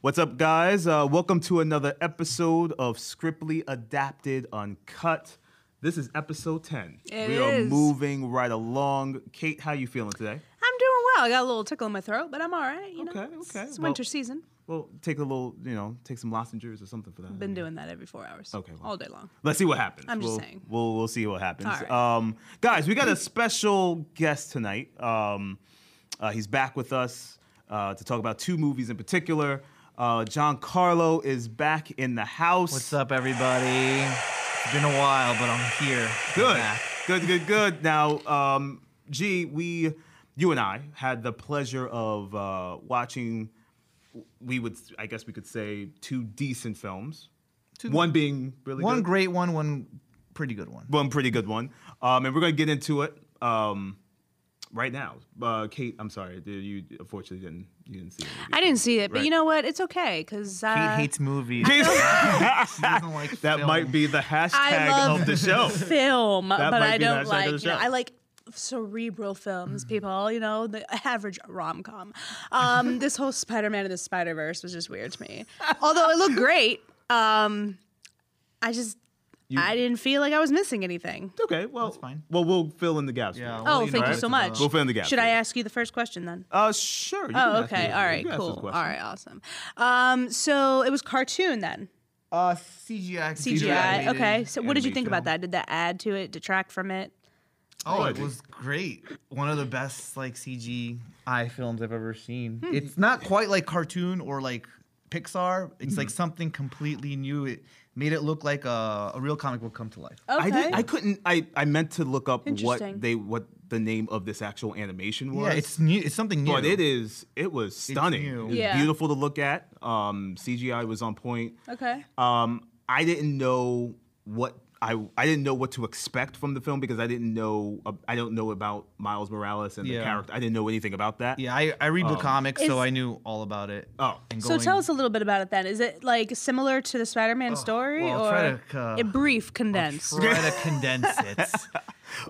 What's up, guys? Uh, welcome to another episode of Scriptly Adapted Uncut. This is episode 10. It we are is. moving right along. Kate, how you feeling today? I'm doing well. I got a little tickle in my throat, but I'm all right. You know, Okay, It's- okay. It's Well- winter season. Well, take a little, you know, take some lozenges or something for that. Been doing that every four hours. Okay, well. all day long. Let's see what happens. I'm just we'll, saying. We'll we'll see what happens. All right. Um, guys, we got a special guest tonight. Um, uh, he's back with us uh, to talk about two movies in particular. Uh, John Carlo is back in the house. What's up, everybody? It's been a while, but I'm here. I'm Good, back. good, good, good. Now, um, G, we, you and I had the pleasure of uh, watching. We would, I guess, we could say two decent films. one being really One good. great one, one pretty good one. one pretty good one. Um, and we're gonna get into it um, right now. Uh, Kate, I'm sorry, dude, you unfortunately didn't you didn't see it. I didn't see it, but Right. you know what? It's okay because uh, Kate hates movies. Kate- She doesn't like that film. might be the hashtag love- of the show. film, but might I be the don't hashtag like. of the you know, show. Mm. I like cerebral films, people. You know, the average rom com. Um, this whole Spider Man and the Spider Verse was just weird to me. Although it looked great, um, I just I didn't feel like I was missing anything. Okay, well, That's fine. Well, we'll fill in the gaps. Yeah, for you. Well, oh, you thank know, you it's so a- much. We'll fill in the gaps Should for I you. ask you the first question then? Uh, sure. you Oh, can ask me- okay. All you right. can ask this Cool. All question. right. Awesome. Um, so it was cartoon then. Uh, CGI. CGI. animated. okay. So what did you animated think about film. that? Did that add to it? Detract from it? Oh, Good. it was great. One of the best like CGI films I've ever seen. It's not quite like cartoon or like Pixar. It's like Hmm. something completely new. It made it look like a, a real comic book come to life. Okay. I did. I couldn't. I, I meant to look up what Interesting. they what the name of this actual animation was. Yeah, it's new. It's something new. but it is. It was stunning. new. It was Yeah. beautiful to look at. Um, CGI was on point. okay. Um, I didn't know what I I didn't know what to expect from the film because I didn't know I don't know about Miles Morales and the Yeah. character. I didn't know anything about that. Yeah, I, I read the comics, Is- so I knew all about it. Oh. And So tell us a little bit about it then. Is it like similar to the Spider-Man story, well, I'll or try to, uh, a brief condensed? Try to condense it.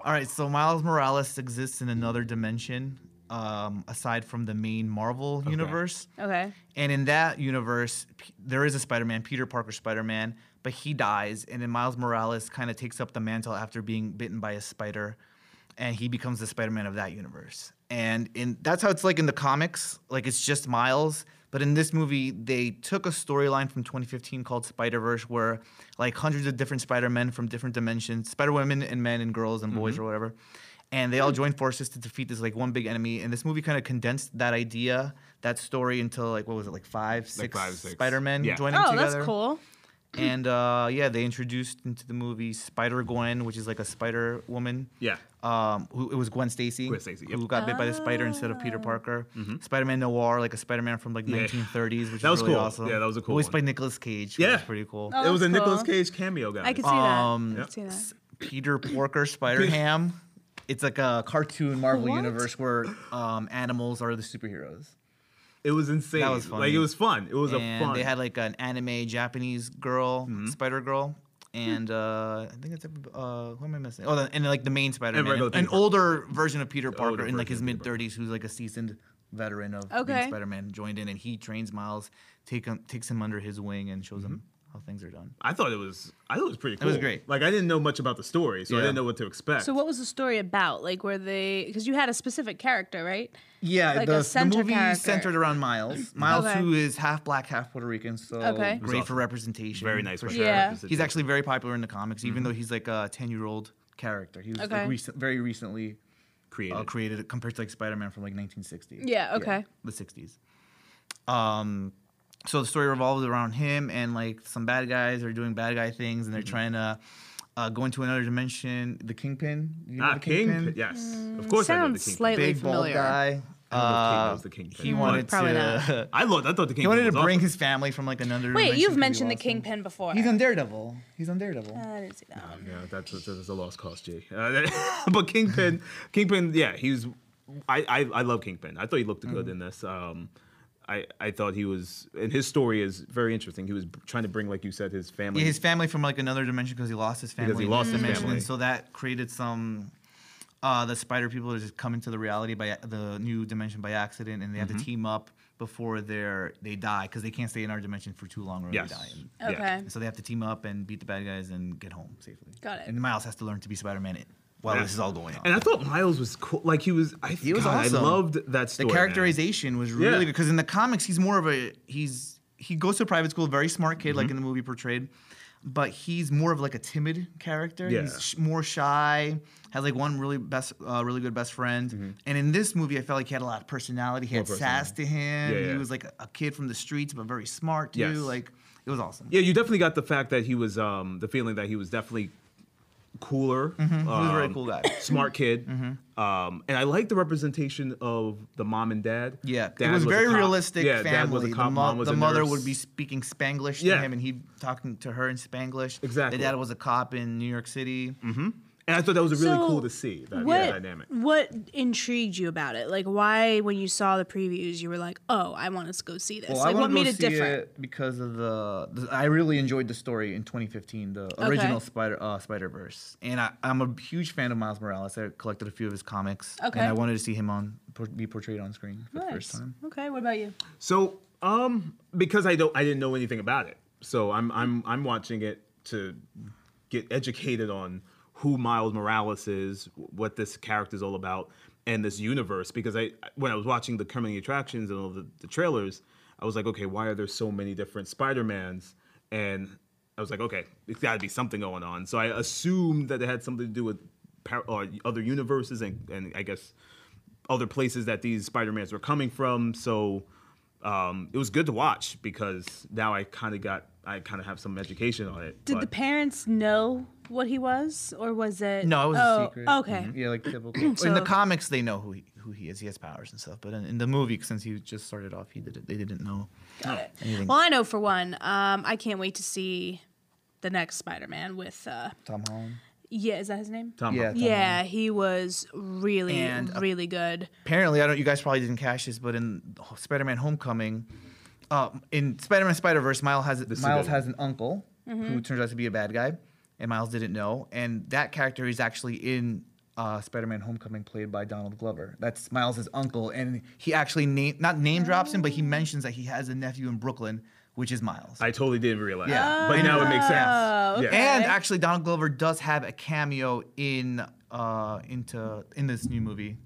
All right, so Miles Morales exists in another dimension um, aside from the main Marvel universe. Okay. And in that universe, P- there is a Spider Man, Peter Parker Spider Man, but he dies. And then Miles Morales kind of takes up the mantle after being bitten by a spider, and he becomes the Spider Man of that universe. And in, that's how it's like in the comics. Like it's just Miles. But in this movie, they took a storyline from 2015 called Spider Verse, where like hundreds of different Spider Men from different dimensions, Spider Women and men and girls and boys or whatever, and they Hmm. all joined forces to defeat this like one big enemy. And this movie kind of condensed that idea, that story, into like what was it, like five, six, five, six. Spider-Men Yeah. joining Oh, together. that's cool. And uh, yeah, they introduced into the movie Spider Gwen, which is like a Spider Woman. Yeah. Um, who it was Gwen Stacy, Gwen Stacy, yep. Mm-hmm. who got bit by the spider instead of Oh. Peter Parker. Spider-Man Noir, like a Spider-Man from like 1930s, which That was is really cool. awesome. Yeah, that was a cool Voiced one. by Nicolas Cage. Yeah. which is pretty cool. Oh, it was a that's Nicolas cool. Cage cameo, guys. I could see Um, that. I could see that. Peter Porker Spider Ham. It's like a cartoon Marvel Oh, What? universe where um, animals are the superheroes. it was insane. That was Like funny. it was fun. It was and a fun. Mm-hmm. they had like an anime Japanese girl, Spider Girl, and Hmm. uh, I think that's uh, who am I missing? Oh, the, and like the main Spider Man, regular an, Peter Parker. older version of Peter Parker in version like his of Peter mid thirties, who's like a seasoned veteran of Okay. being Spider Man, joined in, and he trains Miles, take him, takes him under his wing, and shows him Mm-hmm. how things are done. I thought it was. I thought it was pretty cool. was great. Like I didn't know much about the story, so I Yeah. didn't know what to expect. So what was the story about? Like, were they? Because you had a specific character, right? Yeah, Like a the, center the movie character. centered around Miles. Miles, Okay. who is half black, half Puerto Rican, so Okay. great Mm-hmm. awesome. for representation. Very nice. Mm-hmm. for by sure. Yeah. Nicolas Cage. He's actually very popular in the comics, even though he's like a ten-year-old character. He was Okay. like recent, very recently created. uh, created compared to like Spider-Man from like 1960. Yeah, okay. the 60s. Um, so the story revolves around him and like some bad guys are doing bad guy things and they're Mm-hmm. trying to uh, go into another dimension. The Kingpin, you know ah, the Kingpin. Yes, of course. I know the Mm, Sounds Kingpin. slightly big bald familiar. guy. I don't know if Kate Uh, knows the Kingpin. he but wanted Probably to. I loved. I thought the Kingpin. He wanted to was bring awesome. his family from like another. Wait, dimension you've to be mentioned the Uh, awesome. kingpin before. He's on Daredevil. He's on Daredevil. I didn't see that. one. Yeah, that's a, that's a lost cause, Jay. Uh, but Kingpin, Kingpin, yeah, he was. I, I I love Kingpin. I thought he looked Mm. good in this. Um, I I thought he was, and his story is very interesting. He was b- trying to bring, like you said, his family. Yeah, his family from like another dimension because he lost his family. Because he in lost this his dimension, family. and so that created some. Mm-hmm. Uh, the spider people that just come into the reality by a- the new dimension by accident, and they have to team up before they're they die because they can't stay in our dimension for too long or Yes. they die. And- Yeah. Okay. and so they have to team up and beat the bad guys and get home safely. Got it. And Miles has to learn to be Spider-Man it- while Yeah. this is all going on. And I thought Miles was cool. Like he was. I, He was God, awesome. I loved that the story. man. characterization was really Yeah. good because in the comics he's more of a he's he goes to private school, very smart kid, Mm-hmm. like in the movie portrayed, but he's more of like a timid character. Yeah. He's sh- more shy. Has like one really best, uh, really good best friend. Mm-hmm. And in this movie, I felt like he had a lot of personality. He had sass to him. Yeah, yeah. He was like a- a kid from the streets, but very smart too. Yes. Like it was awesome. Yeah, you definitely got the fact that he was um, the feeling that he was definitely cooler. Mm-hmm. He was a very um, cool guy. Mm-hmm. Smart kid. Um, and I like the representation of the mom and dad. Yeah, Dad it was, a very cop. realistic Yeah, family. dad was a cop, the mo- mom was the a mother nurse. would be speaking Spanglish to Yeah. him, and he talking to her in Spanglish. Exactly. The dad was a cop in New York City. And I thought that was really So cool to see Uh, that what, yeah, dynamic. What intrigued you about it? Like, why, when you saw the previews, you were like, "Oh, I want to go see this." like, what wanna made go it see different? it because of the, the- I really enjoyed the story in 2015, the original Spider uh, Spider Verse, and I, I'm a huge fan of Miles Morales. I collected a few of his comics, Okay. and I wanted to see him on por- be portrayed on screen for the first time. Okay. What about you? So, um, because I don't, I didn't know anything about it. So I'm, I'm, I'm watching it to get educated on who Miles Morales is, what this character is all about, and this universe. Because I, when I was watching the coming attractions and all the, the trailers, I was like, okay, why are there so many different Spider Mans? And I was like, okay, it's got to be something going on. So I assumed that it had something to do with par- or other universes and, and I guess other places that these Spider-Mans were coming from. So um, it was good to watch because now I kind of got, I kind of have some education on it. Did the but- parents know what he was, or was it? No, it was oh, a secret. Mm-hmm. Okay. Yeah, like typical. in So- the comics, they know who he, who he is. He has powers and stuff. But in, in the movie, since he just started off, he did it. They didn't know. Got it. Anything. Well, I know for one, um, I can't wait to see the next Spider-Man with. Uh, Tom Holland. yeah, is that his name? Tom Yeah. Holland. Tom Holland. Yeah, he was really, And a- really good. Apparently, I don't. You guys probably didn't catch this, but in Spider-Man: Homecoming, uh, in Spider-Man: Spider-Verse, Miles has Miles civilian. has an uncle who turns out to be a bad guy, and Miles didn't know. And that character is actually in uh, Spider-Man: Homecoming, played by Donald Glover. That's Miles's uncle, and he actually name not name drops him, but he mentions that he has a nephew in Brooklyn, which is Miles. I totally didn't realize. Yeah. Yeah. But now it makes sense. Oh, Yeah. okay. And actually, Donald Glover does have a cameo in uh, into in this new movie.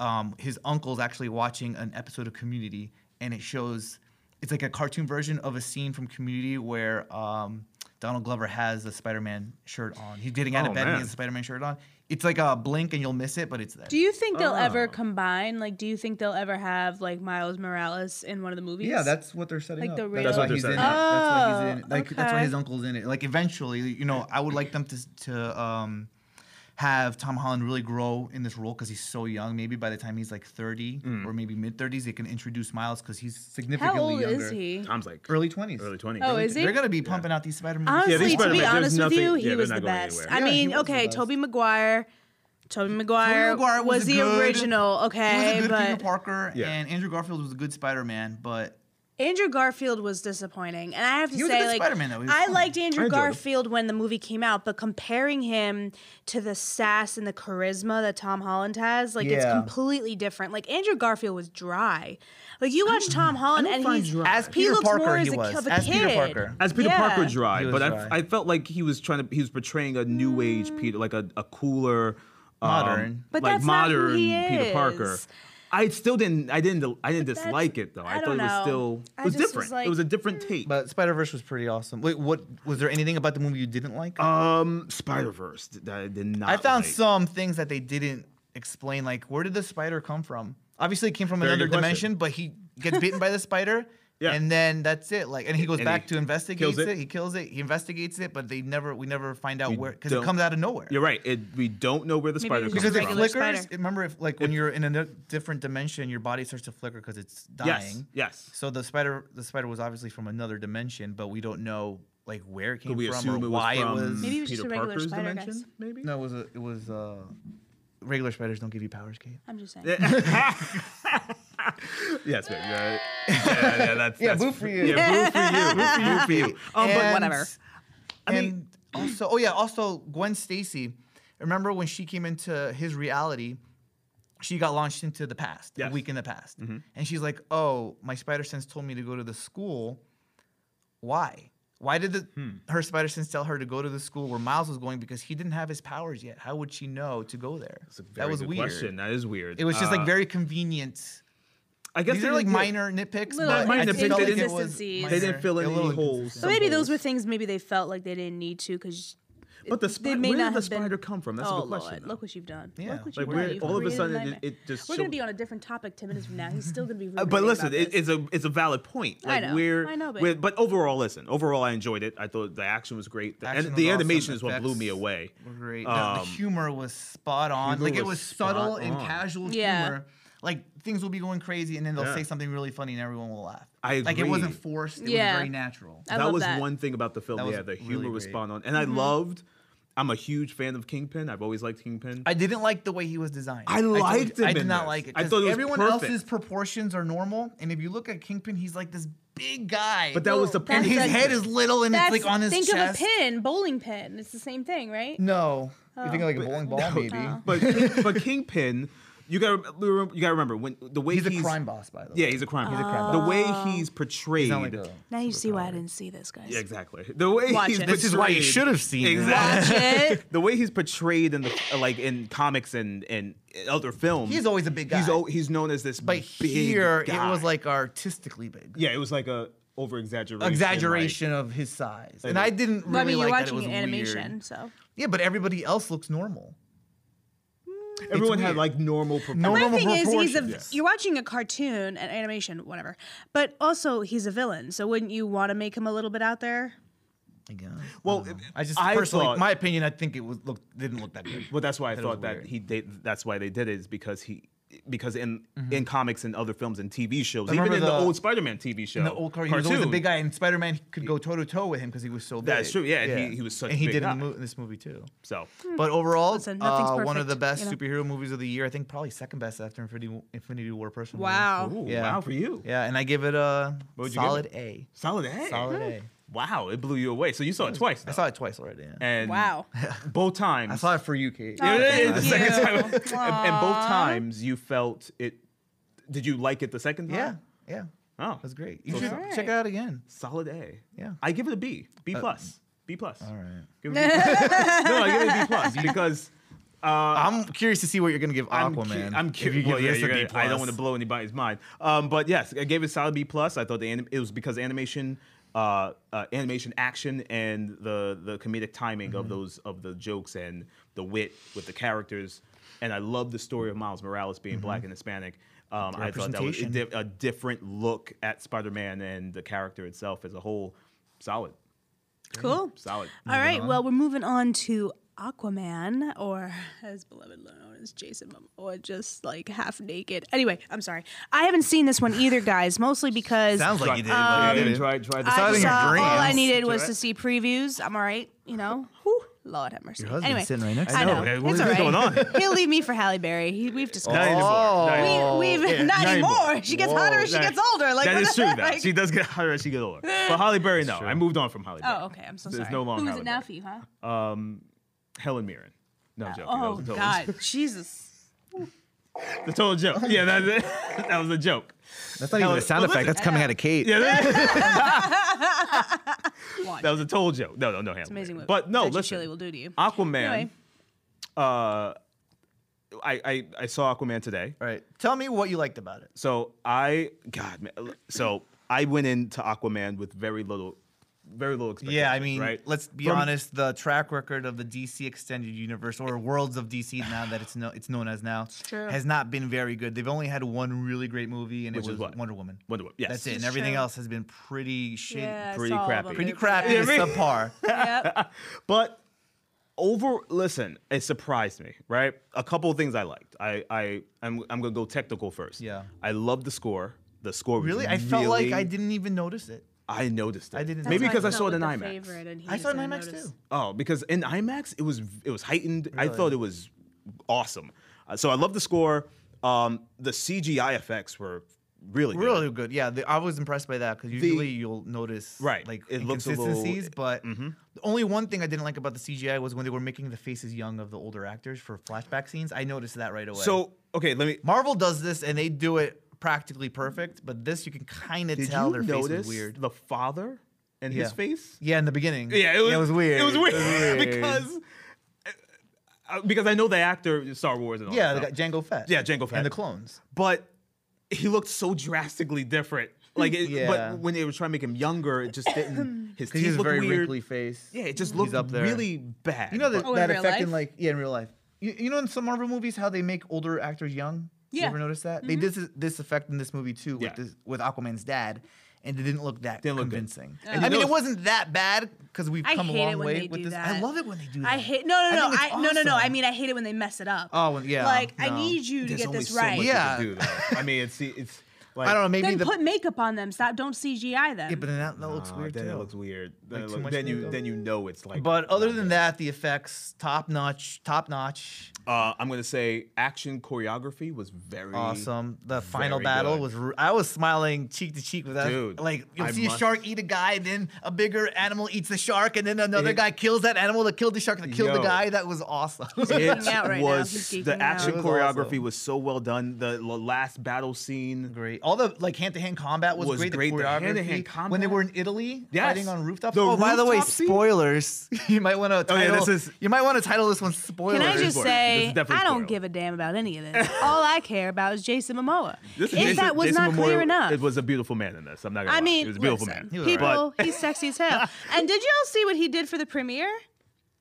Um, his uncle's actually watching an episode of Community, and it shows it's like a cartoon version of a scene from Community where um, Donald Glover has a Spider-Man shirt on. He's getting out Oh, of bed, and man. he has a Spider-Man shirt on. It's like a blink, and you'll miss it, but it's there. Do you think they'll ever Oh. combine? Like, do you think they'll ever have like Miles Morales in one of the movies? what they're setting Like the real- That's That's why what they're he's in it. setting up. That's why he's in it. Oh, Like that's why okay. his uncle's in it. Like eventually, you know, I would like them to to um have Tom Holland really grow in this role because he's so young. Maybe by the time he's like thirty or maybe mid thirties, they can introduce Miles because he's How significantly old younger. is he? Tom's like Early twenties. early 20s. Oh, is he? They're gonna be pumping out these Spider-Man. Yeah, Honestly, these to be Spider-Man, there's honest with nothing- you, yeah, he they're was not the going best. anywhere. I Yeah, he mean, was the okay, best. Tobey Maguire. Tobey Maguire, Maguire was, was a the good- original, He was a okay, good but Peter Parker, Yeah. and Andrew Garfield was a good Spider-Man, but Andrew Garfield was disappointing, and I have to He was a say, good like, Spider-Man, though. He was I fun. liked I Andrew enjoyed him. Garfield when the movie came out, but comparing him to the sass and the charisma that Tom Holland has, like, it's Yeah. completely different. Like Andrew Garfield was dry. Like you watch Tom Holland, don't and find he's dry. as he Peter looks more Parker, as a, he ki- was. of a As kid. Peter Parker. As Peter Yeah. Parker He dry, was but I dry. I felt like he was trying to, he was portraying a new age Peter, like a, a cooler, um, Modern. But like that's not who modern he Peter Parker. is. I still didn't, I didn't, I didn't that's- dislike it though. I, I thought don't it was know. still, I it was just was different. like, hmm. it was a different take. But Spider-Verse was pretty awesome. Wait, what was there anything about the movie you didn't like? Um, Spider Verse. That I did not. I found like. some things that they didn't explain, like where did the spider come from? Obviously, it came from Very another good question. dimension, but he gets bitten by the spider, Yeah. and then that's it. Like, and he goes And back he to investigate kills it. it. He kills it. He investigates it, but they never, we never find out where because it don't- comes out of nowhere. You're right. It, we don't know where the Maybe it spider was comes Because just it from. regular flickers. spider. Remember, if like when you're in a different dimension, your body starts to flicker because it's Yes. dying. Yes. So the spider, the spider was obviously from another dimension, but we don't know like where it came Could we from or assume it was why from it was. Maybe it was just Peter a regular Parker's spider, dimension? guys. Maybe. No, it was a, it was uh, regular spiders don't give you powers, Kate. I'm just saying. Yes, maybe. Yeah, yeah, yeah, that's, Yeah, that's, boo for you. Yeah, boo for you. Boo for you. Boo for you. Um, And- but whatever. I mean, also, oh yeah, also Gwen Stacy. Remember when she came into his reality? she got launched into the past, Yes. a week in the past. And she's like, "Oh, my spider sense told me to go to the school. Why? Why did the, her spider sense tell her to go to the school where Miles was going because he didn't have his powers yet? How would she know to go there? That's a Oh, very That was good weird. question. That is weird. It was just Uh, like very convenient. I guess These they are like didn't- minor nitpicks, Little but minor I just nitpicks. felt They like it didn't- was they minor. didn't fill A any little holes. inconsistent. So maybe Some those were holes. things maybe they felt like they didn't need to because. But the they spider, may where not did the have been- spider come from? That's oh a good question. Lord, though. look what you've done. Yeah. Look what Like, you've we're- done. You've all of a created sudden it- nightmare. it just We're gonna showed- be on a different topic ten minutes from now. He's still gonna be. Uh, but ruminating listen, about it, this. it's a it's a valid point. I Like know. we're, I know, but- we're- but overall, listen, overall, I enjoyed it. I thought the action was great, The- Action and the was awesome, animation is what blew effects me away. were great. The- the Um, humor was spot on. humor Like it was was subtle spot and on. casual Yeah. humor. Like things will be going crazy, and then they'll Yeah. say something really funny, and everyone will laugh. I Like it wasn't agree. forced. It Yeah. was very natural. I that love was that. Mm-hmm. one thing about the film. That was yeah, the really humor was great. spot on, and I loved. I'm a huge fan of Kingpin. I've always liked Kingpin. I didn't like the way he was designed. I told liked you, I him did in not this. like it. I 'cause thought it was everyone perfect. else's proportions are normal, and if you look at Kingpin, he's like this big guy. but that was Well, the that's point. and his That's- head is little, and it's That's, like on his think chest. of a pin, bowling pin. It's the same thing, right? Mm. No, Oh. you think of like a bowling ball, maybe. but but Kingpin, you got to you got to remember when the way He's he's, a crime boss, by the way. Yeah, he's a crime. He's a crime The Oh. way he's portrayed. He's not like a- Now you see why I didn't see this, guys. Yeah, exactly. The way Watch he's it. This is why you portrayed- should've seen it. exactly. Shit. the way he's portrayed in the like in comics and and other films. He's always a big guy. He's al- he's known as this. But big here, guy. it was like artistically big. yeah, it was like a over exaggeration. exaggeration of his size. And I didn't really Well, I mean, you're like that. It watching was an animation, Weird. so Yeah, but everybody else looks normal. everyone It's had weird. like normal proportions. my Normal thing is, he's a. proportions. You're watching a cartoon, an animation, whatever. But also, he's a villain, so wouldn't you want to make him a little bit out there? I guess. Well, I just I personally, thought- my opinion, I think it was look didn't look that good. Well, that's why I That was thought that weird. he they, that's why they did it is because he because in in comics and other films and TV shows, I even remember in the, the- old Spider-Man TV show, In the old car, he was always a big guy, and Spider Man could go toe to toe with him because he was so big. That's true, yeah, and he- he was such and a he big did in, guy. the mo- in this movie too. So But overall, Hmm. Listen, nothing's uh, one of perfect, the best you know. superhero movies of the year. I think probably second best after Infinity, Infinity War. Personally, Wow. ooh, Yeah. wow for you, Yeah, and I give it a would you give solid A. solid A, Mm. Solid A. Wow, it blew you away. So you saw it twice. I though. saw it twice already. Yeah. and Wow. both times I saw it for you, Kate. Oh, Yeah, yeah, yeah, thank the second you. time. and, and both times you felt it. Did you like it the second Yeah, time? yeah. Oh, That's great. You So should so- check it out again. Solid A. Yeah. Uh, I give it a B. B plus. B plus. All right. Give it a B plus. no, I give it a B plus because I'm curious to see what you're gonna give I'm cu- Aquaman. I'm if you curious. give Well, yeah, this a you're B gonna- I don't want to plus. blow anybody's mind. Um, but yes, I gave it a solid B plus. I thought the anim- it was because animation, uh, uh, animation action, and the the comedic timing of those of the jokes and the wit with the characters, and I love the story of Miles Morales being black and Hispanic. Um, I thought that was a, Representation. di- a different look at Spider-Man and the character itself as a whole. Solid, Cool. solid. All right. Well, we're moving on to Aquaman, or as beloved known as Jason Momoa, just like half naked. Anyway, I'm sorry. I haven't seen this one either, guys. Mostly because Sounds like you did. Yeah, but you yeah, didn't. try, try the saw it I in your saw all dreams. I needed Did was you- to see previews. I'm all right, you know. Whew, Lord have mercy. husband's anyway, sitting right next I to you. know. I know. What It's is all right. going on? He'll leave me for Halle Berry. He, we've discussed. Not anymore. Not anymore. Oh. We, we've Yeah, not not anymore. anymore. She gets hotter as she That- gets older. Like that what is the- true. Though like- she does get hotter as she gets older. But Holly Berry, no, I moved on from Holly Berry. oh, okay. I'm so sorry. There's no longer Who's Halle it now Berry. for you, huh? Helen Mirren. No, I'm joking. oh that was a total, God, Jesus. The total joke. Yeah, that, that, that was a joke. That's not even Helen- a sound well, effect. That's coming out of Kate. Yeah, that, Watch. that was a total joke. No, no, no, Helen. amazing Mirren. what But no, veggie listen. chili will do to you. Aquaman. Anyway. Uh, I, I I saw Aquaman today. All right. Tell me what you liked about it. So I God, man, so I went into Aquaman with very little, very little expectations. Yeah, I mean, right? let's be From- honest. The track record of the DC extended universe or worlds of DC now that it's no, it's known as now true. has not been very good. They've only had one really great movie, and Which it is was what? Wonder Woman. Wonder Woman. Yes, That's it. It's And everything true. else has been pretty shit, Yeah, I pretty saw all of crappy. them. pretty They're crappy, and Yeah, I mean- subpar. Yep. But over, listen, it surprised me, right? A couple of things I liked. I, I, I'm, I'm gonna go technical first. Yeah. I love the score. The score was Really, I felt like I really- didn't even notice it. I noticed it. I didn't Maybe notice because I That's saw how it in felt IMAX. with the favorite and he I saw it in didn't IMAX notice. too. Oh, because in IMAX it was it was heightened. I Really? thought it was awesome. Uh, so I love the score. Um, the CGI effects were really good. Really good. Yeah, the, I was impressed by that because usually you'll notice Right, like it looks a little- Mm-hmm. inconsistencies. but the only one thing I didn't like about the CGI was when they were making the faces young of the older actors for flashback scenes. I noticed that right away. So okay, let me. Marvel does this and they do it practically perfect, but this you can kind of Did tell you their face notice was weird. the father and his Yeah. face? Yeah, in the beginning. Yeah, it was, weird. It was weird, because uh, because I know the actor Star Wars and all that yeah, they stuff. got Django Fett. Yeah, Jango Fett. and the clones. but he looked so drastically different. Like, it, Yeah. but when they were trying to make him younger, it just didn't. His Because he teeth has a looked very weird. wrinkly face. Yeah, it just looked up there. really bad. You know that, Oh, in that real effect in life? like yeah in real life. You, you know in some Marvel movies how they make older actors young. You Yeah. Mm-hmm. ever notice that? They did this, this effect in this movie too with Yeah. this, with Aquaman's dad, and it didn't look that Didn't look good. convincing. And you I mean, know- it wasn't that bad because we've I come a hate long it when way they with do this. I that. love it when they do that. I hate no no no think I, it's no no no. I awesome. mean I hate it when they mess it up. Oh, well, yeah, Like I no. need you to There's get only this so much right. you Yeah. can do, though. I mean, it's it's like I don't know. Maybe Then the put makeup on them. Stop. Don't CGI them. yeah, but then that, that looks uh, weird then too. it looks weird. Then, Like, it too look- much then you makeup. then you know it's like. but other not than good. that, the effects top notch, top notch, uh, I'm gonna say action choreography was very awesome. The final Very battle good. was r- I was smiling cheek to cheek with that. Dude, like you'll I see a must- shark eat a guy, and then a bigger animal eats the shark, and then another It- guy kills that animal that killed the shark that killed the Yo. guy. That was awesome. It out right now. was He's the geeking out. action It was choreography awesome. was so well done. The, the last battle scene, great. All the like hand to hand combat was, Was great. great, The the choreography. hand-to-hand When they combat. were in Italy, Yes. fighting on rooftops. The oh, by the way, rooftop scene? spoilers. you might want to. Oh, yeah, title. this is- You might want to title this one spoilers. Can I Spoiler. just Spoiler. This say is definitely I spoiler. don't give a damn about any of this. All I care about is Jason Momoa. If This is Jason- that was Jason not Momoa, clear enough, It was a beautiful man in this. I'm not gonna. I lie. mean, it was a beautiful listen, man. was alright. people, he's sexy as hell. and did y'all see what he did for the premiere?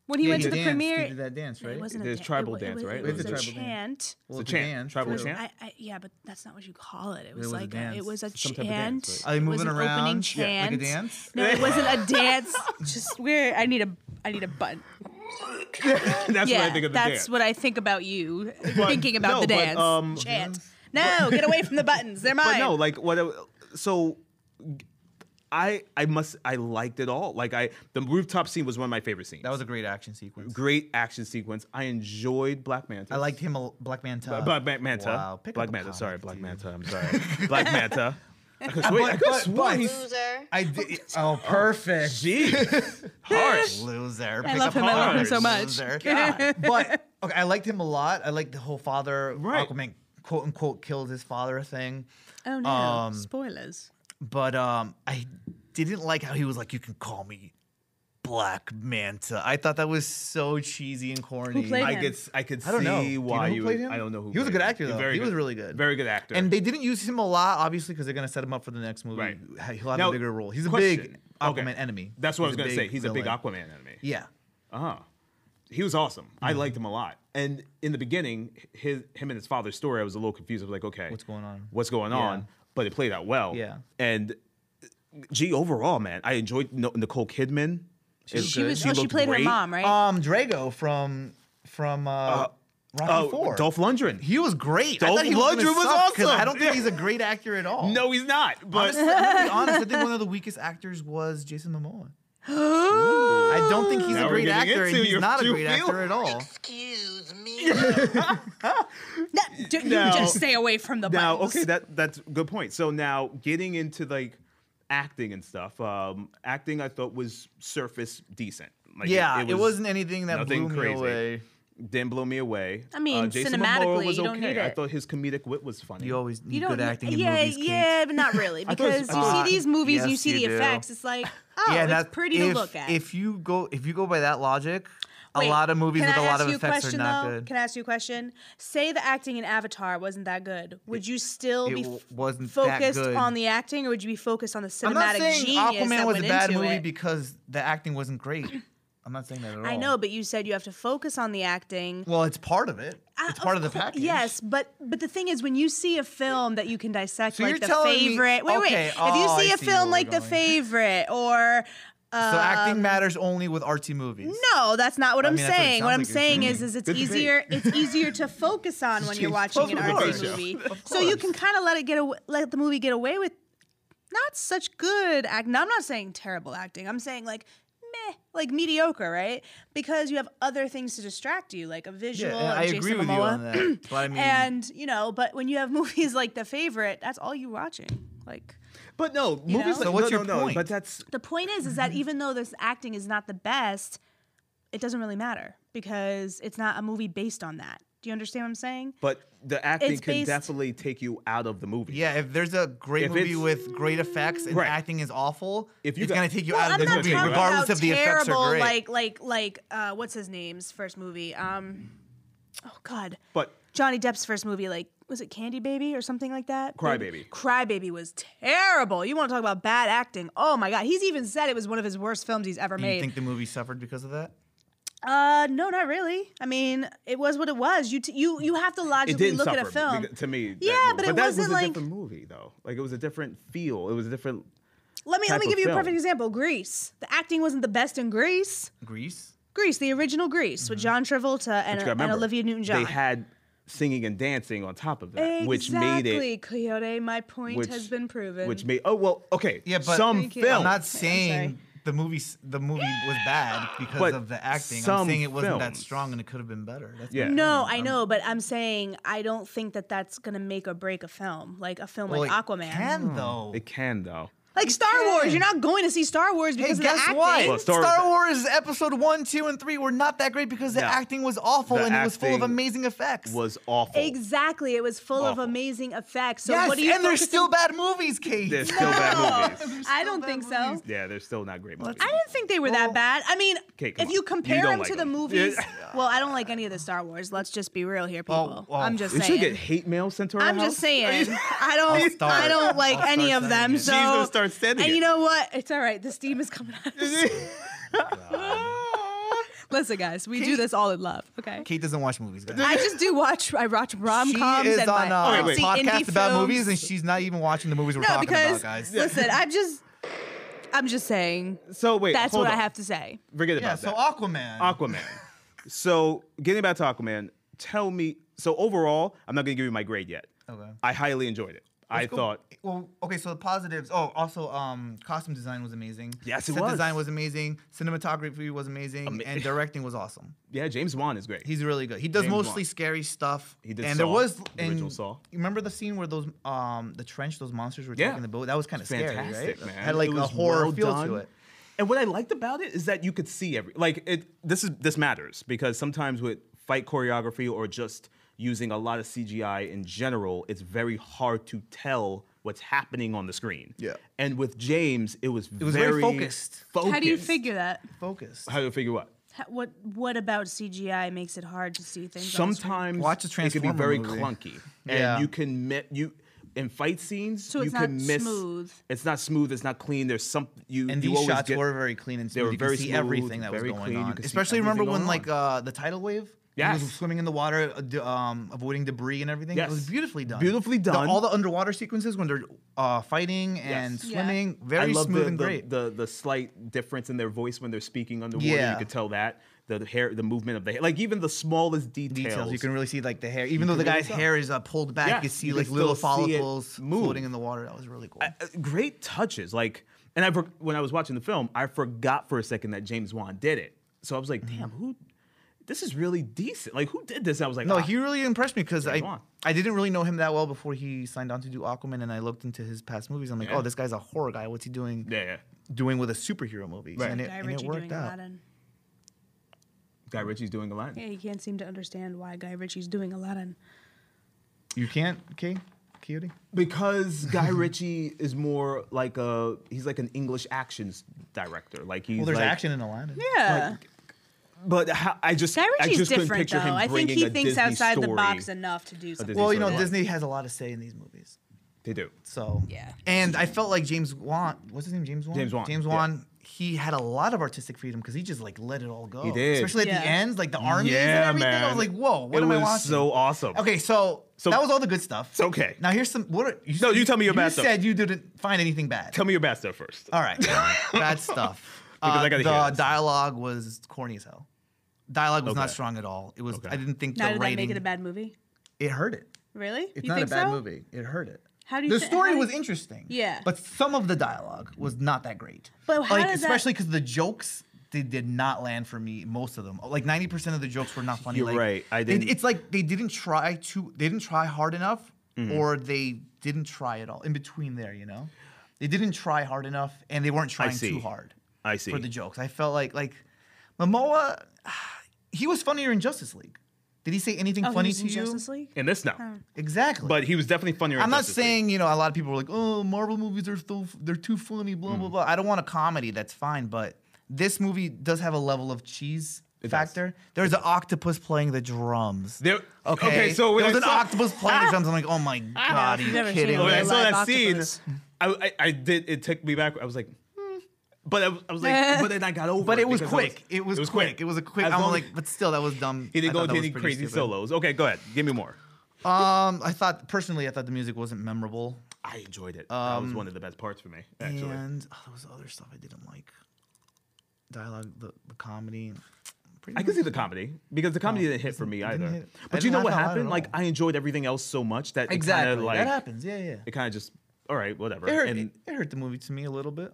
When he Yeah, went he to the danced. premiere, He did that dance, right? it wasn't There's a dan- tribal it, wa- dance, it was, right? It There's was a a, tribal dance. chant. It's Well, a the chant, dance, tribal too. chant. I, I, yeah, but that's not what you call it. It was, was a like a, dance. it was a Some type of chant. dance, right? Are they It was moving an around? opening Yeah, chant. like a dance? No, it wasn't a dance. Just where I need a I need a button. that's yeah, what I think of the that's dance. what I think about you thinking about no, the but, dance. um, chant. No, get away from the buttons. They're but mine. no, like what? I- So, I I must I liked it all. Like I the rooftop scene was one of my favorite scenes. That was a great action sequence. great action sequence. I enjoyed Black Manta. I liked him, a Black Manta. Uh, Black Ma- Manta. Wow, pick Black up a Manta. comic, Sorry, Black dude. Manta. I'm sorry. Black Manta. I could swear. I But- could but- swear. but- he's- I did. Oh, perfect. Jeez. Harsh. Loser. I Pick love up him. I love him cards, so much. loser. but okay, I liked him a lot. I liked the whole father Right. Aquaman quote unquote killed his father thing. oh no, um, spoilers. But um I didn't like how he was like, You can call me Black Manta. I thought that was so cheesy and corny. played I him? could s- I could I don't know. Do see you why know who you. played would- him? I don't know who. He was a played good him. actor, though. Very He was really good. Very good actor. and they didn't use him a lot, obviously, because they're gonna set him up for the next movie. Right. He'll have Now, a bigger role. He's a big question. Aquaman Okay. enemy. that's what I was He's gonna a say. big He's a big villain. Aquaman enemy. Yeah. Uh-huh. He was awesome. I Mm-hmm. liked him a lot. And in the beginning, his him and his father's story, I was a little confused. I was like, okay, What's going on? What's going Yeah. on? But it played out well. Yeah. And gee, overall, man, I enjoyed No- Nicole Kidman. It- She was. oh, she looked played her great. Uh, mom, right? Um, Drago from from uh, Rocky Oh, Four. Dolph Lundgren. he was great. I Dolph thought he was, Lundgren gonna was suck 'cause I awesome. don't think he's a great actor at all. no, he's not. But Honestly, I'm gonna be honest. I think one of the weakest actors was Jason Momoa. I don't think he's Now a we're great getting actor. and into He's your not a true great actor at all. Excuse me. No, d- you Now- just stay away from the now, buttons. okay, that that's a good point. So now getting into like acting and stuff. Um, acting I thought was surface decent. Like Yeah, it, was, not anything that nothing blew me crazy. away. didn't blow me away. Uh, I mean, Jason Momoa cinematically, was you don't okay. need I it. thought his comedic wit was funny. You always need you don't. good acting in yeah, movies. Kate. yeah, but not really thought it because was- you uh, see these movies and you yes, see you the do. effects. It's like, oh, yeah, it's that's pretty if, to look at. If you go, if you go by that logic, Wait, a lot of movies can with I a lot ask of you a effects question, are not though? good. Can I ask you a question? Say the acting in Avatar wasn't that good. Would you still it be w- f- wasn't that focused good. on the acting, or would you be focused on the cinematic I'm not saying genius Aquaman that was a went bad into movie it? because the acting wasn't great. I'm not saying that at all. I know, but you said you have to focus on the acting. Well, it's part of it. It's Uh, part of the cour- package. Yes, but but the thing is, when you see a film that you can dissect, So like you're the telling me- favorite. wait, okay, wait. oh, if you I see a see where film we're like the going. favorite or. Uh, So acting matters only with artsy movies. no, that's not what I am mean, that's what it saying. What, sounds I'm like you're saying is, saying. is it's Good debate. easier. It's easier to focus on when you're watching an Of artsy course. movie, Of so you course. can kind of let it get away, let the movie get away with not such good act. Now I'm not saying terrible acting. I'm saying like meh, like mediocre, right? Because you have other things to distract you, like a visual. and and I Jason agree with Momoa. you on that. But I mean, and you know, but when you have movies like The Favorite, that's all you're watching. Like But no, movies. know? Like, So what's no, your no, no, point? But that's the point is, is that Mm-hmm. even though this acting is not the best, it doesn't really matter because it's not a movie based on that. Do you understand what I'm saying? but the acting It's can based- definitely take you out of the movie. yeah, if there's a great If movie it's- with great effects and Right. acting is awful, If you it's got- gonna take you Well, out I'm of the not movie, talking regardless about of the terrible, effects are Like, great. like, like, uh, what's his name's first movie? Um, oh God, But Johnny Depp's first movie, like, was it Candy Baby or something like that? Cry Baby- Baby. Cry Baby was terrible. You want to talk about bad acting? Oh my God, he's even said it was one of his worst films he's ever you made. think the movie suffered because of that? uh, no, not really. I mean, it was what it was. You t- you you have to it logically didn't look suffer at a film. beca- to me. that Yeah, movie. but it that wasn't was a like- different movie though. Like it was a different feel. It was a different. Let me let type me of give you a film. perfect example. Grease. The acting wasn't the best in Grease. Greece. Grease, the original Grease with John Travolta Mm-hmm. and, You gotta and remember, Olivia Newton-John. They had singing and dancing on top of that, which made Exactly, it. Coyote. My point Which- has been proven. Which made oh well okay Yeah, but some Thank you. I'm film I'm not sorry. saying the movie s- the movie was bad because But of the acting. I'm some saying it wasn't that films. strong and it could have been better. That's Yeah. no, I know, but I'm saying I don't think that that's gonna make or break a film, like a film Well, like it Aquaman, Can though. Hmm. it can though like Star Wars. You're not going to see Star Wars Hey, because of guess the acting. what? Well, Star, Star- Wars Episode One, Two, and Three were not that great because the No. acting was awful The and it was full of acting amazing effects. was awful. Exactly, it was full Awful. of amazing effects. So yes, what do you? and they're focus- still bad movies, Kate. They're still bad movies. I don't think so. Yeah, they're still not great movies. I didn't think they were Well- that bad. I mean, Okay, come if you on. You compare don't them like to the them. movies, Yeah. well, I don't like any of the Star Wars. Let's just be real here, Well, people. well, I'm just You should saying. get hate mail sent to our I'm house. just saying. I don't. start. I don't like I'll any start of them. saying it. So She's gonna start sending And it. you know what? It's all right. The steam is coming out. Listen, guys, we do this all in love. Okay. Kate doesn't watch movies. Guys. I just do watch. I watch rom coms she is and on my uh, wait, artsy wait. indie podcast about films. movies and she's not even watching the movies we're No, talking because about, guys. listen, I'm just. I'm just saying. So wait, That's hold what I on. have to say. Forget about Yeah, that. so Aquaman. Aquaman. so getting back to Aquaman, tell me. So overall, I'm not gonna give you my grade yet. Okay. I highly enjoyed it. I Cool. thought Well, okay. So the positives. Oh, also, um, costume design was amazing. Yes, it Set was. design was amazing. Cinematography was amazing, Ama- and directing was awesome. yeah, James Wan is great. He's really good. He does James mostly Wan. scary stuff. He did And Saw, there was the and original Saw. You remember the scene where those um the trench those monsters were Yeah. taking the boat? That was kind of scary, Fantastic, right? man. Had like It a was horror well feel to done. it. And what I liked about it is that you could see every like it. This is this matters because sometimes with fight choreography or just using a lot of CGI in general, it's very hard to tell what's happening on the screen. Yeah. And with James, it was was very focused. How do you focused. figure that? Focus. How do you figure what? How- What What about CGI makes it hard to see things? on the screen? sometimes Watch it a can Transformer be very movie. clunky Yeah. and you can mi- you in fight scenes So you it's can not miss smooth. it's not smooth it's not clean there's some you and you these always shots get, were very clean and they smooth. were you could very see smooth, everything that was very going clean, you on. could see Especially remember everything when going like uh, the tidal wave. When He was Yes. swimming in the water, uh, d- um, avoiding debris and everything. It was Yes. beautifully done. Beautifully The- done. all the underwater sequences when they're uh, fighting and Yes. Yeah. swimming, I very love smooth the, and the, great. The, the slight difference in their voice when they're speaking underwater Yeah. you could tell that the hair the movement of the hair like even the smallest details, details. You can really see like the hair, even though can the really guy's tell. hair is uh, pulled back. you Yeah, can see you like can little still see it follicles move. floating in the water. That was really cool. uh, great touches. Like, and I for- when I was watching the film, I forgot for a second that James Wan did it. So I was like, Mm-hmm. damn, who? This is really decent. Like, who did this? I was like, no, ah, he really impressed me because I Wan. I didn't really know him that well before he signed on to do Aquaman, and I looked into his past movies. I'm like, Yeah. oh, this guy's a horror guy. What's he doing? yeah, yeah. Doing with a superhero movie, Right. and it, Guy and it Ritchie worked doing out. Aladdin. Guy Ritchie's doing a lot. Yeah, you can't seem to understand why Guy Ritchie's doing Aladdin. You can't, Kay, Coyote. because Guy Ritchie is more like a he's like an English actions director. Like he's Well, there's like- action in Aladdin. Yeah. but how, I just Guy I Ritchie's just couldn't different, picture though. him I think bringing he a thinks Disney outside the story. box enough to do something. Disney Well, you know, Yeah. Disney has a lot of say in these movies. They do. So Yeah. and I felt like James Wan. What's his name? James Wan. James Wan, James yeah. Wan. He had a lot of artistic freedom because he just like let it all go. He did. especially at the Yeah. ends, like the armies and Yeah, everything. I man. was like, whoa, what it am was I watching? so awesome. okay, so, So- that was all the good stuff. It's okay. Now here's some. What? Are, you, No, you tell me your bad You stuff. said you didn't find anything bad. tell me your bad stuff first. all right, bad stuff. Uh, Because I gotta the hear this. dialogue was corny as hell. Dialogue was not Okay. strong at all. It was. Okay. I didn't think Now, the did that rating. make it a bad movie? it hurt it. Really? It's you not a think bad so? movie. It hurt it. How do you the thi- story how do was you- interesting. Yeah. But some of the dialogue was not that great. But how like does that- especially because the jokes they did not land for me. Most of them, like ninety percent of the jokes were not funny. You're like, right, I they- didn't- it's like they didn't try to. They didn't try hard enough, Mm-hmm. or they didn't try at all. In between there, you know, they didn't try hard enough, and they weren't trying see. too hard I see. for the jokes. I felt like like Momoa, he was funnier in Justice League. Did he say anything Oh, he funny was to in you? Justice League? In this, no. Exactly. But he was definitely funnier. in I'm not Justice League. saying you know a lot of people were like, oh, Marvel movies are so they're too funny, blah Mm. blah blah. I don't want a comedy. That's fine, but this movie does have a level of cheese It does. factor. There's an octopus playing the drums. There- okay. okay, so when there was I an saw- octopus playing the drums. I'm like, oh my god, are I've you never seen kidding it. when me? I Live saw that octopus. scene, I, I, I did. It took me back. I was like, hmm. but I, was- I was like, but then I got over. But it was because I quick. it was, quick. It was a quick. As I'm long- like, but still, that was dumb. He I didn't thought go into that was any pretty crazy stupid. solos. Okay, go ahead. Give me more. Um, I thought personally, I thought the music wasn't memorable, I enjoyed it. that Um, was one of the best parts for me. Actually, and oh, there was other stuff I didn't like. Dialogue, the, the comedy. Pretty I much. could see the comedy because the comedy didn't hit for me either. hit. I But Oh, didn't you know laugh what out loud at happened? Like all. I enjoyed everything else so much that Exactly. it kind of like that happens. Yeah, yeah. it kind of just all right, whatever. It hurt, and it hurt the movie to me a little bit.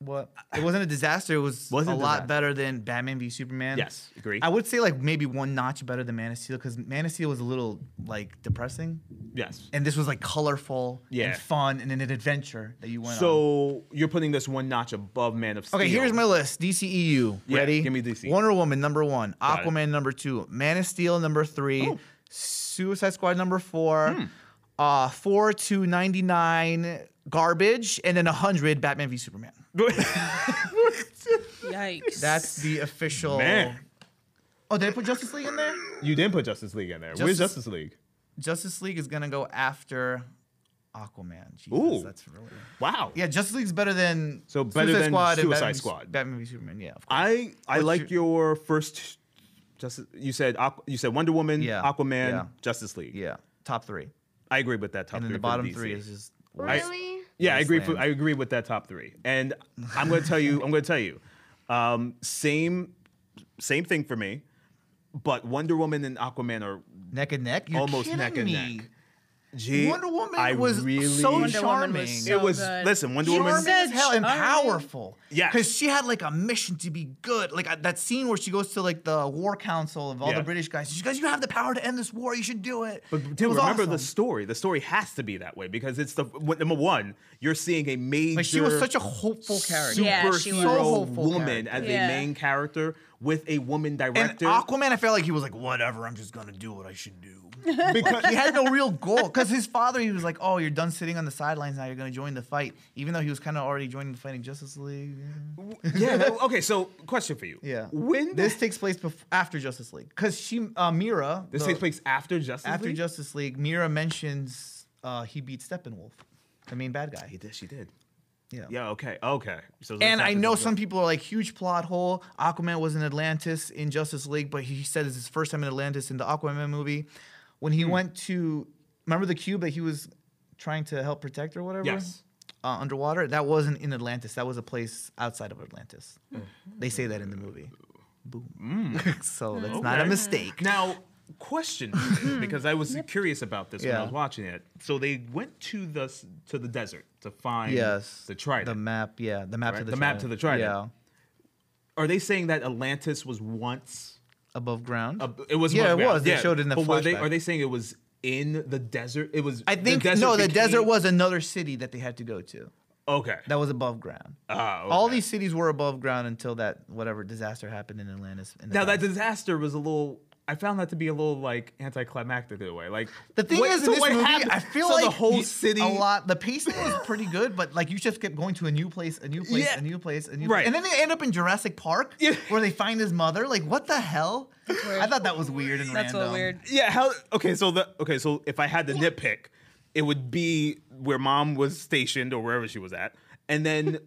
What? It wasn't a disaster. It was Wasn't a a lot disaster. better than Batman v Superman. Yes, agree. I would say like maybe one notch better than Man of Steel because Man of Steel was a little like depressing, yes. and this was like colorful Yeah. and fun and an adventure that you went on. So you're putting this one notch above Man of Steel. Okay, here's my list. DCEU. Yeah, Ready? give me DC. Wonder Woman number one. Got it. Oh. Aquaman number two. Man of Steel number three. Suicide Squad number four. Hmm. Uh, four to ninety nine garbage, and then hundred Batman v Superman. Yikes. That's the official. Man. Oh, did I put Justice League in there? you didn't put Justice League in there. Where's Justice- Justice League? Justice League is gonna go after Aquaman. Jesus, Ooh. that's really. Wow. Yeah, Justice League's better than So better than and Suicide Batman v- Squad. Batman v Superman. Yeah, of course. I I What's like your first. Justice, you said Aqu- you said Wonder Woman, Yeah, Aquaman, yeah. Justice League. yeah, top three. I agree with that top And then three. the for bottom DC. three is just I- Really? Yeah, I agree. Wasteland. I agree with that top three, and I'm going to tell you. I'm going to tell you. Um, same, same thing for me, but Wonder Woman and Aquaman are. neck and neck. You're Almost kidding neck and me. neck. Gee, Wonder Woman I was really, so Woman was charming. It so was good. listen, Wonder Charming Woman. said as hell and charming. powerful. Yes. because she had like a mission to be good. Like I, that scene where she goes to like the war council of all Yeah. the British guys. She goes, "You have the power to end this war. You should do it." But It dude, was remember awesome. the story. The story has to be that way because it's the when- number one. You're seeing a major. Like she was such a hopeful character. superhero Yeah. she was. So hopeful woman character. as Yeah. a main character with a woman And director. Aquaman, I felt like he was like, whatever, I'm just gonna do what I should do. because he had no real goal. Because his father, he was like, oh, you're done sitting on the sidelines now, you're gonna join the fight. Even though he was kind of already joining the fight in Justice League. yeah. that- Okay, so question for you. Yeah. When This this takes place bef- after Justice League. Because she, uh, Mira. this the- takes place after Justice After League? Justice League, Mira mentions uh, he beat Steppenwolf, the main bad guy. He did. She did. Yeah. Yeah. Okay. Okay. So this And I happens know as well. some people are like huge plot hole. Aquaman was in Atlantis in Justice League, but he said it's his first time in Atlantis in the Aquaman movie. When Hmm. he went to remember the cube that he was trying to help protect or whatever. Yes. Uh, underwater, that wasn't in Atlantis. That was a place outside of Atlantis. Hmm. They say that in the movie. Boom. so that's not a Okay. mistake. Now, question for you, because I was curious about this when I Yeah. was watching it. So they went to the s- to the desert to find yes. the trident. The map. Yeah. The map to Right, the the map to the trident. Yeah. Are they saying that Atlantis was once? Above ground. A, it was. Yeah, above it ground, was. They showed it in the but were they, flashback. Are they saying it was in the desert? It was. I the think desert no, the became- desert was another city that they had to go to. okay. That was above ground. Ah, All okay. these cities were above ground until that whatever disaster happened in Atlantis. In the Now that past. disaster was a little. I found that to be a little like anticlimactic in a way. Like the thing what- is, so in this what movie, happened- I feel so like the whole you- city. a lot. The pacing was pretty good, but like you just kept going to a new place, a new place, Yeah. a new place, a new Right. place, and then they end up in Jurassic Park, Yeah. where they find his mother. Like, what the hell? I thought that was weird and That's a random. little weird. Yeah. How? Okay. So the okay. So if I had to nitpick, it would be where mom was stationed or wherever she was at, and then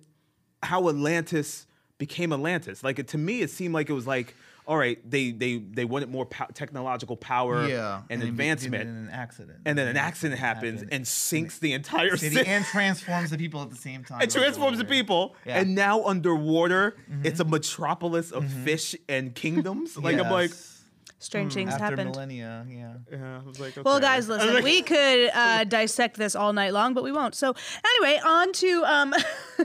how Atlantis became Atlantis. Like it, to me, it seemed like it was like. All right, they they they wanted more po- technological power Yeah, and, then we- advancement, and then an accident, and then an accident happens and sinks the entire city, city and transforms the people at the same time. and That was a little transforms the weird. people. Yeah. And now underwater, it's a metropolis of fish and kingdoms. Like I'm like, Yes. Strange things Hmm, after happened. millennia. Yeah. yeah, I was like, Well, okay. guys, listen, we could uh, dissect this all night long, but we won't. So, anyway, on to, um,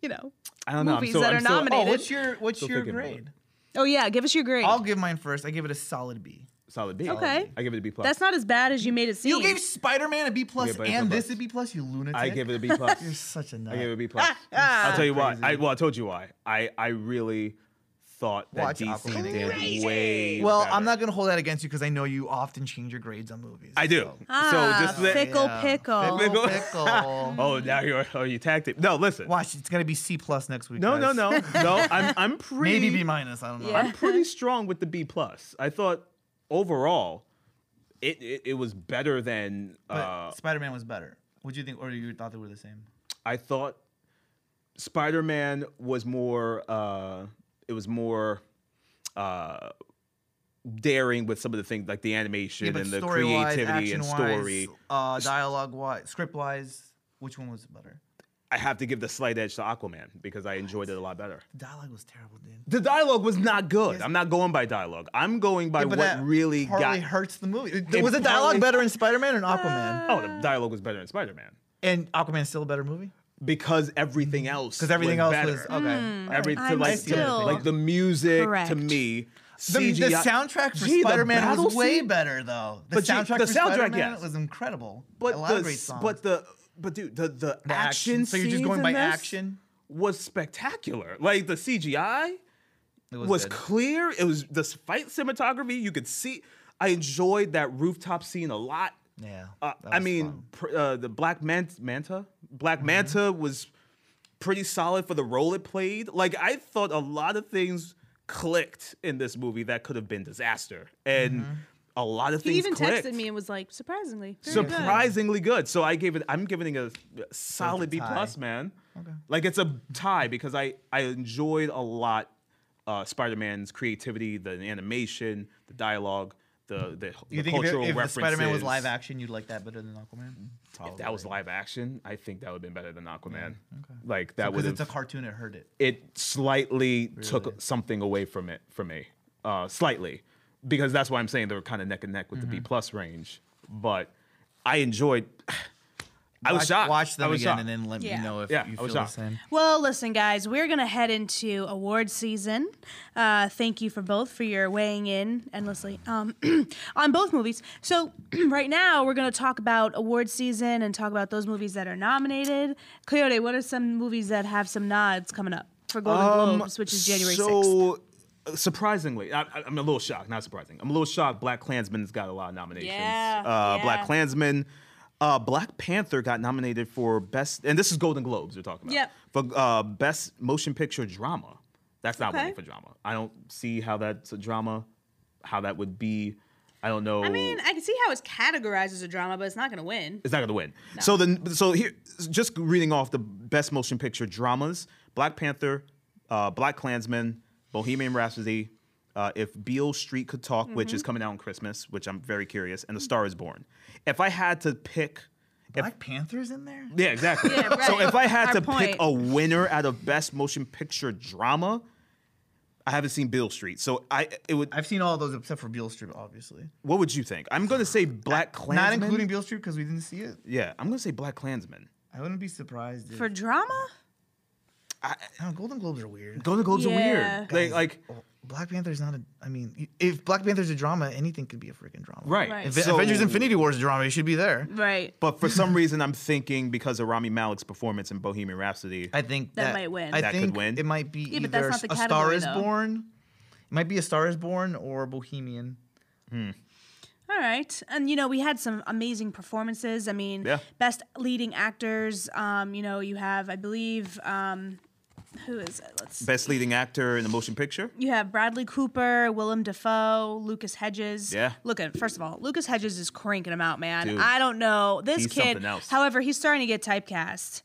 you know, I don't know. I'm movies so- that I'm are so- oh, nominated. what's your what's Still your thinking about grade? oh yeah, give us your grade. I'll give mine first. I give it a solid B. Solid B. Okay. I give it a B plus. That's not as bad as you made it seem. You gave Spider Man a B plus Okay, but it's and a this plus. a B plus. You lunatic. I give it a B plus. You're such a nut. I gave it a B plus. I'll tell you why. I, well, I told you why. I, I really thought that Watch DC Aquaman again. did way. well, better. I'm not gonna hold that against you because I know you often change your grades on movies. I do. so- ah, so just that. fickle Yeah. pickle. Fickle Pickle, pickle. Oh, now you're oh you tagged it. No, listen. Watch, it's gonna be C plus next week. No, no, guys. no, no. I'm I'm pretty Maybe B minus. I don't know. Yeah. I'm pretty strong with the B plus. I thought overall, it it, it was better than uh, Spider Man was better. What do you think? Or you thought they were the same? I thought. Spider Man was more. Uh, it was more. Uh, daring with some of the things like the animation and the creativity and story uh, dialogue wise, script wise, which one was better? i have to give the slight edge to aquaman because i enjoyed it a lot better The dialogue was terrible, dude. the dialogue was not good i'm not going by dialogue i'm going by what really got partly hurts the movie. It was the partly- dialogue better in Spider Man and Aquaman? Ah. oh the dialogue was better in spider-man and Aquaman's still a better movie because everything else because Mm. everything was else better. was okay. Every to I'm like Mm, still like the music correct. to me. The, the CGI soundtrack for Gee, the Spider Man battle was way scene- better though. The But gee, soundtrack the for soundtrack, Spider-Man yes. was incredible. But a lot the of great s- songs. but the but dude the the, The action. So you're just scenes going in by this action. Was spectacular. Like the CGI It was, good. clear. It was the fight cinematography. You could see. I enjoyed that rooftop scene a lot. yeah. Uh, that I was mean, fun. Mm-hmm. pr- uh, the Black Mant- Manta, Black Manta was pretty solid for the role it played. Like I thought, a lot of things clicked in this movie that could have been disaster, and Mm-hmm. a lot of he things even clicked. texted me and was like, surprisingly, very good." Surprisingly good. So I gave it. I'm giving it a solid B tie. plus, man. Like it's a tie because I I enjoyed a lot uh, Spider-Man's creativity, the animation, the dialogue, the the, the you think if, cultural it- if the references. Spider-Man was live action, you'd like that better than Aquaman? If that was live action, I think that would have been better than Aquaman. Like that would Because it's a have cartoon, it hurt it. it slightly took something away from it for me, uh, slightly, because that's why I'm saying they were kind of neck and neck with the Mm-hmm. B plus range. But I enjoyed. I was watch, shocked. Watch them I was again shocked. and then let Yeah. me know if Yeah, you I feel was the shocked. same. Well, listen, guys, we're going to head into award season. Uh, thank you for both for your weighing in endlessly um, on both movies. So, right now, we're going to talk about award season and talk about those movies that are nominated. Coyote, what are some movies that have some nods coming up for Golden Um, Globes, which is January 6th? so, uh, surprisingly, I, I- I'm a little shocked. Not surprising. I'm a little shocked. Black Klansman's got a lot of nominations. Yeah, uh, yeah. Black Klansman. Uh, Black Panther got nominated for best, and this is Golden Globes we're talking about. Yep. For uh, best motion picture drama. That's not Okay. winning for drama. I don't see how that's a drama. How that would be. I don't know. I mean, I can see how it's categorized as a drama, but it's not going to win. It's not gonna win. So the so here, just reading off the best motion picture dramas: Black Panther, uh, Black Klansman, Bohemian Rhapsody, uh, If Beale Street Could Talk, which Mm-hmm. is coming out on Christmas, which I'm very curious, and The Star Is Born. If I had to pick, Black Panther's in there. yeah, exactly. Yeah, right. So if I had Our to point. pick a winner out of best motion picture drama, I haven't seen Beale Street, so I it would. I've seen all those except for Beale Street, obviously. What would you think? I'm gonna say Black Klansman. Not including Beale Street because we didn't see it. Yeah, I'm gonna say Black Klansman. I wouldn't be surprised. If, For drama? Oh, Golden Globes are weird. Golden Globes Yeah. are weird. They, like Oh, Black Panther's not a. I mean, if Black Panther's a drama, anything could be a freaking drama. Right. Right. If So- Avengers Infinity War's a drama, it should be there. Right. But for some reason, I'm thinking because of Rami Malek's performance in Bohemian Rhapsody. I think That that, might win. I That could think win. it might be but either that's not the a Star category, Is though. Born. It might be a Star Is Born or Bohemian. All right. And, you know, we had some amazing performances. I mean, Yeah. best leading actors. Um, you know, you have, I believe, um, who is it? Let's. Best leading actor in a motion picture. You have Bradley Cooper, Willem Dafoe, Lucas Hedges. Yeah. Look at first of all, Lucas Hedges is cranking him out, man. Dude. I don't know this He's kid. something else. However, he's starting to get typecast.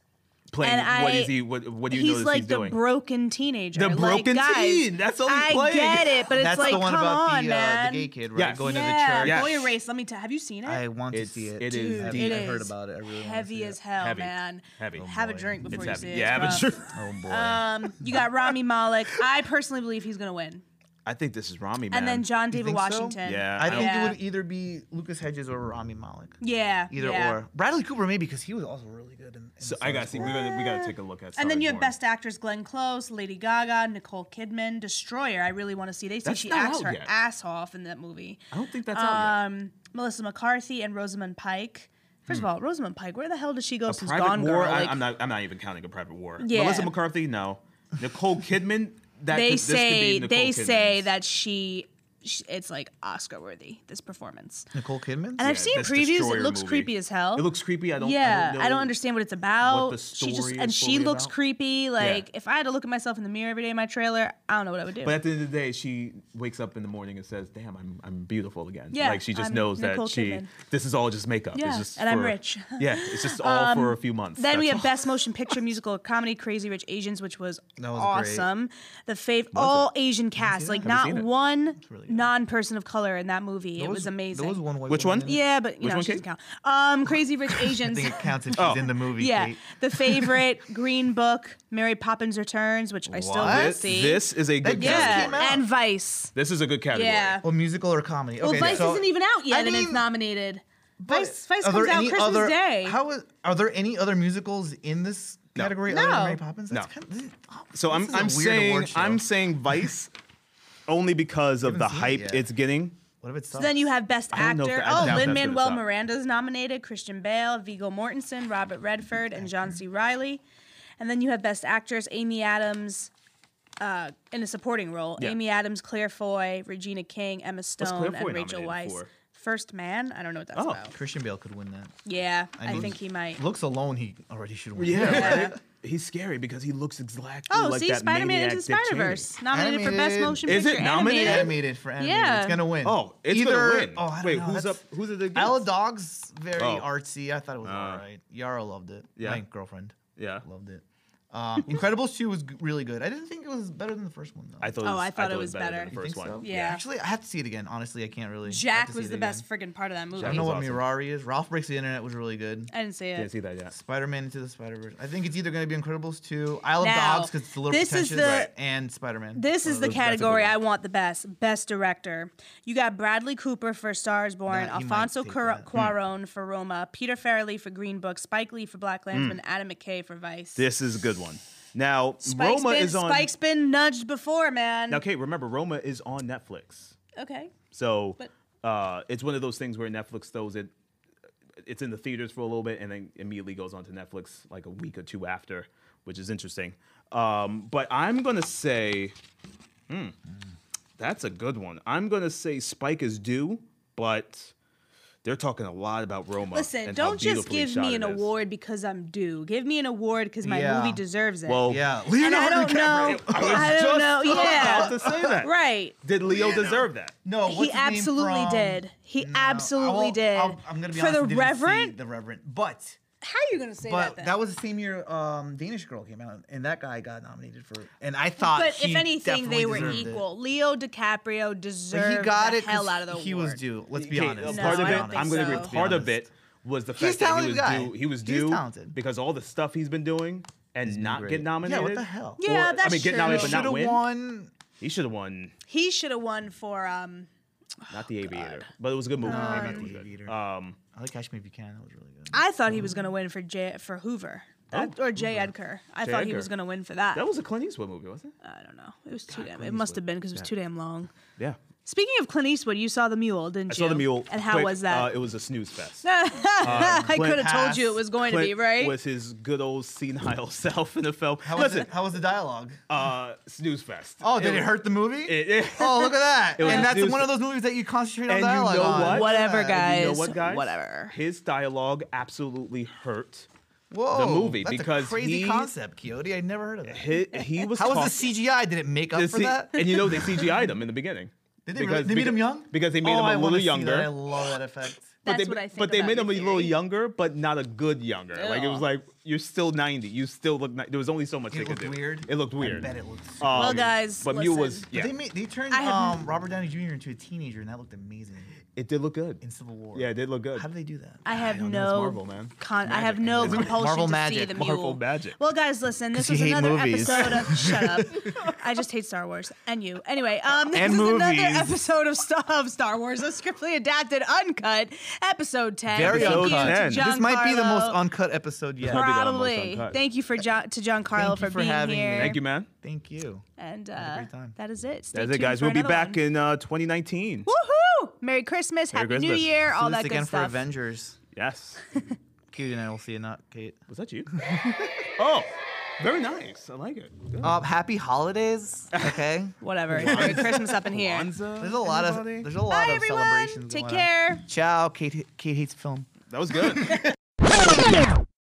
Playing And what I- is he? What, what do you he's notice like he's the doing? broken teenager. The Like, broken guys, teen. That's all he's I playing. get it, but it's That's like, the one come about on, the, man. Uh, the gay kid, right? Yes. Going yeah, to the church. Yes. Boy Erased. Let me tell. Have you seen it? I want to It's- see it. it Dude, is I've- deep. it I is heard about it. I really wanna see heavy it. as hell, Heavy. man. Heavy. Oh, have a boy. drink before it's you heavy. see it. Yeah, It's but rough. sure. Oh boy. Um, you got Rami Malek. I personally believe he's gonna win. I think this is Rami, man. and then John You David think so? Washington. Yeah, I think Yeah. it would either be Lucas Hedges or Rami Malek. Yeah. Either yeah. or. Bradley Cooper maybe because he was also really good. In, in So I gotta see. We gotta, we gotta take a look at. And then Solid you have Gold. best actors Glenn Close, Lady Gaga, Nicole Kidman, Destroyer. I really want to see. They say That's she not acts out her yet. ass off in that movie. I don't think that's out yet. Um, Melissa McCarthy and Rosamund Pike. First of all, Rosamund Pike, where the hell did she go since Hmm. Private Gone War. Girl? Like, I, I'm not. I'm not even counting a Private War. Yeah. Melissa McCarthy, no. Nicole Kidman. That they could, this could say be Nicole they say Kidman's. that she, sh it's like Oscar worthy this performance. Nicole Kidman. And I've Yeah, seen this previews. Destroyer It looks movie. creepy as hell. It looks creepy. I don't. yeah, I don't, know. understand what it's about. she just story and is she fully looks about. creepy. Like if I had to look at myself in the mirror every day in my trailer, I don't know what I would do. But at the end of the day, she wakes up in the morning and says, "Damn, I'm I'm beautiful again." Yeah, like she just I'm knows Nicole that she Kidman. this is all just makeup. Yeah, it's just and I'm for- rich. Um, Yeah, it's just all for a few months. Then we That's have all. Best Motion Picture Musical or Comedy Crazy Rich Asians, which was, That was great. awesome. The fave all Asian cast, like Haven't not seen it. one really good. non person of color in that movie. it was amazing. There was one white Which woman one? in it. yeah, but you Which know, one, she doesn't Kate? count. Um, Crazy Rich I Asians. think it counts if she's Oh. in the movie. yeah, Kate. the favorite Green Book, Mary Poppins Returns, which I still What? will This, see. this is a good. just yeah, came out. and Vice. This is a good category. Yeah. Well, musical or comedy. Well, okay, Vice so isn't even out yet, I and it's mean, nominated. but Vice, Vice are comes there out any Christmas other- Day. How is, are there any other musicals in this category No. other Oh, than Mary Poppins? No. kind of, So I'm I'm saying I'm saying Vice only because of the seen it hype yet. it's getting. What if it's So then you have Best I don't know if Actor. the- I doubt Oh, that's Lin what Manuel it's up. Miranda's nominated. Christian Bale, Vigo Mortensen, Robert Redford, and John C. Riley. And then you have Best Actress: Amy Adams uh, in a supporting role. Yeah. Amy Adams, Claire Foy, Regina King, Emma Claire Stone, Foy and Rachel nominated Weisz. for? First Man. I don't know what that's Oh. about. Christian Bale could win that. Yeah, I, mean, think he might. Looks alone, he already should win. Yeah. right? He's scary because he looks exactly Oh, like see, that Spider-Man maniac into the Dick Cheney. Spider-Verse nominated for Best Animated. Motion Is it Picture. nominated? Animated for animated. Yeah. It's gonna win. Oh, it's Either, gonna win. Oh, I don't Wait, know, who's up? that's- Who's it against? Isle of Dogs, very Oh. artsy. I thought it was alright. Yara loved it. yeah. My girlfriend Yeah, loved it. Um, Incredibles 2 was g- really good. I didn't think it was better than the first one though. I thought. It Oh, was, I thought it was better. better. Than the You first think so? one. Yeah. Actually, I have to see it again. Honestly, I can't really. I have Jack to see was it the again. best friggin' part of that movie. I don't know what Awesome. Mirari is. Ralph Breaks the Internet was really good. I didn't see it. Can't see that yet. Spider Man Into the Spider Verse. I think it's either going to be Incredibles 2, Isle of Now, Dogs, because it's a little this is pretentious, the- Right. and Spider Man. This is the that's a good category one. I want the best. Best director. You got Bradley Cooper for Stars Born, That- you might Alfonso take Cuar- that. Hmm. Cuaron for Roma, Peter Farrelly for Green Book, Spike Lee for Hmm. Black Landsman, Adam McKay for Vice. This is a good one. Now Spike's Roma been, is on. Spike's been nudged before, man. Now, oh, Kate, remember Roma is on Netflix, Okay. so But- uh, it's one of those things where Netflix throws it. It's in the theaters for a little bit, and then immediately goes on to Netflix like a week or two after, which is interesting. Um, but I'm gonna say, hmm, that's a good one. I'm gonna say Spike is due, but they're talking a lot about Roma. Listen, and how don't just beautifully give me shot an it is. award because I'm due. Give me an award because my Yeah. movie deserves it. Well, Yeah. and I Leonardo don't know. I was I don't just know. about Yeah. to say that. Right. Did Leo deserve that? No, what's he his name absolutely from- did. He No, I absolutely won't- did. I'll- I'm going to be For honest. I the didn't see Reverend? The Reverend. But. How are you going to say But that then? that was the same year um, Danish Girl came out, and that guy got nominated for. And I thought, But he if anything, definitely they were deserved it. equal. Leo DiCaprio deserved But he got the it. 'cause hell out of the He award. was due. Let's be Okay, honest. a No, Part of I it, don't think I'm gonna so. agree. Part of it was the fact He's that he talented was guy. due. He was He's due talented. because all the stuff he's been doing and not great. get Yeah, what the nominated. hell? Yeah, I that's mean, true. get nominated but Should not have win. won. He should have won. He should have won for um Not the Aviator, but it was a good movie. I It was good. Um, I like Catch Me If You Can. That was really good. I thought he was gonna win for J for Hoover. That, or J. Edgar. I thought he Edgar. was gonna win for that. That was a Clint Eastwood movie, wasn't it? I don't know. It was too damn it must have been because it was too damn long. Yeah. Speaking of Clint Eastwood, you saw the mule, didn't I you? saw the mule. And how quick, was that? Uh, it was a snooze fest. I Clint could have told you it Pass. was going to be, Clint right? Was his good old senile self in the film. How was, Listen, it, how was the dialogue? uh, snooze fest. Oh, did it, was- hurt the movie? It, it- oh, look at that. was and that's juicy. one of those movies that you concentrate on And you dialogue know on. what? Whatever, Yeah. guys. you know what, guys? whatever. His dialogue absolutely hurt. Whoa, the movie, that's because a crazy he- concept, Coyote. I never heard of that. He, he was How talking, was the CGI? Did it make up the for C- that? And you know they CGI'd him in the beginning. Did they, really, they made him beca- young? Because they made oh, him a I wanna little see that. I younger. love that effect. But That's they, what I think. but they about made your him a little theory. younger, but not a good younger. Like it was Ew. like you're still 90. You still look. Ni- there was only so much they It could looked do. weird. It looked I weird. bet it looked. Um, Well, guys, but Mew listen. was But yeah. They made, they turned I have- um, Robert Downey Jr. into a teenager, and that looked amazing. It did look good. in Civil War. yeah, it did look good. How do they do that? I have don't know. It's no Marvel, man. Con- I have no Isn't it? compulsion Marvel to see magic. the mule. Marvel magic. Well, guys, listen. This 'Cause you was hate another movies. episode of Shut Up. I just hate Star Wars and you. Anyway, um, this And is another movies. episode of, Star- of Star Wars, a scriptly adapted, uncut episode ten. Very Thank Episode you to 10. uncut. John This might be the most Carlo. uncut episode yet. might be the most Probably. uncut. Thank you for John, to John Carlo Thank you for for being having me. here. Thank you, man. Thank you. And had a uh, great time. that is it. Stay That's it, tuned guys. for We'll be another back one. in uh, 2019. Woohoo! Merry Christmas, Merry Happy New Christmas. Year, all Do this that again good for stuff. Avengers. Yes. Cute and I will see you not, Kate. Was that you? oh, very nice. I like it. Good. Um, happy holidays. Okay. Whatever. It's Merry Christmas up in here. Kwanzaa, There's a lot of anybody? there's a lot Bye, of celebrations. everyone. Take going on. care. Ciao, Kate. Kate hates film. That was good.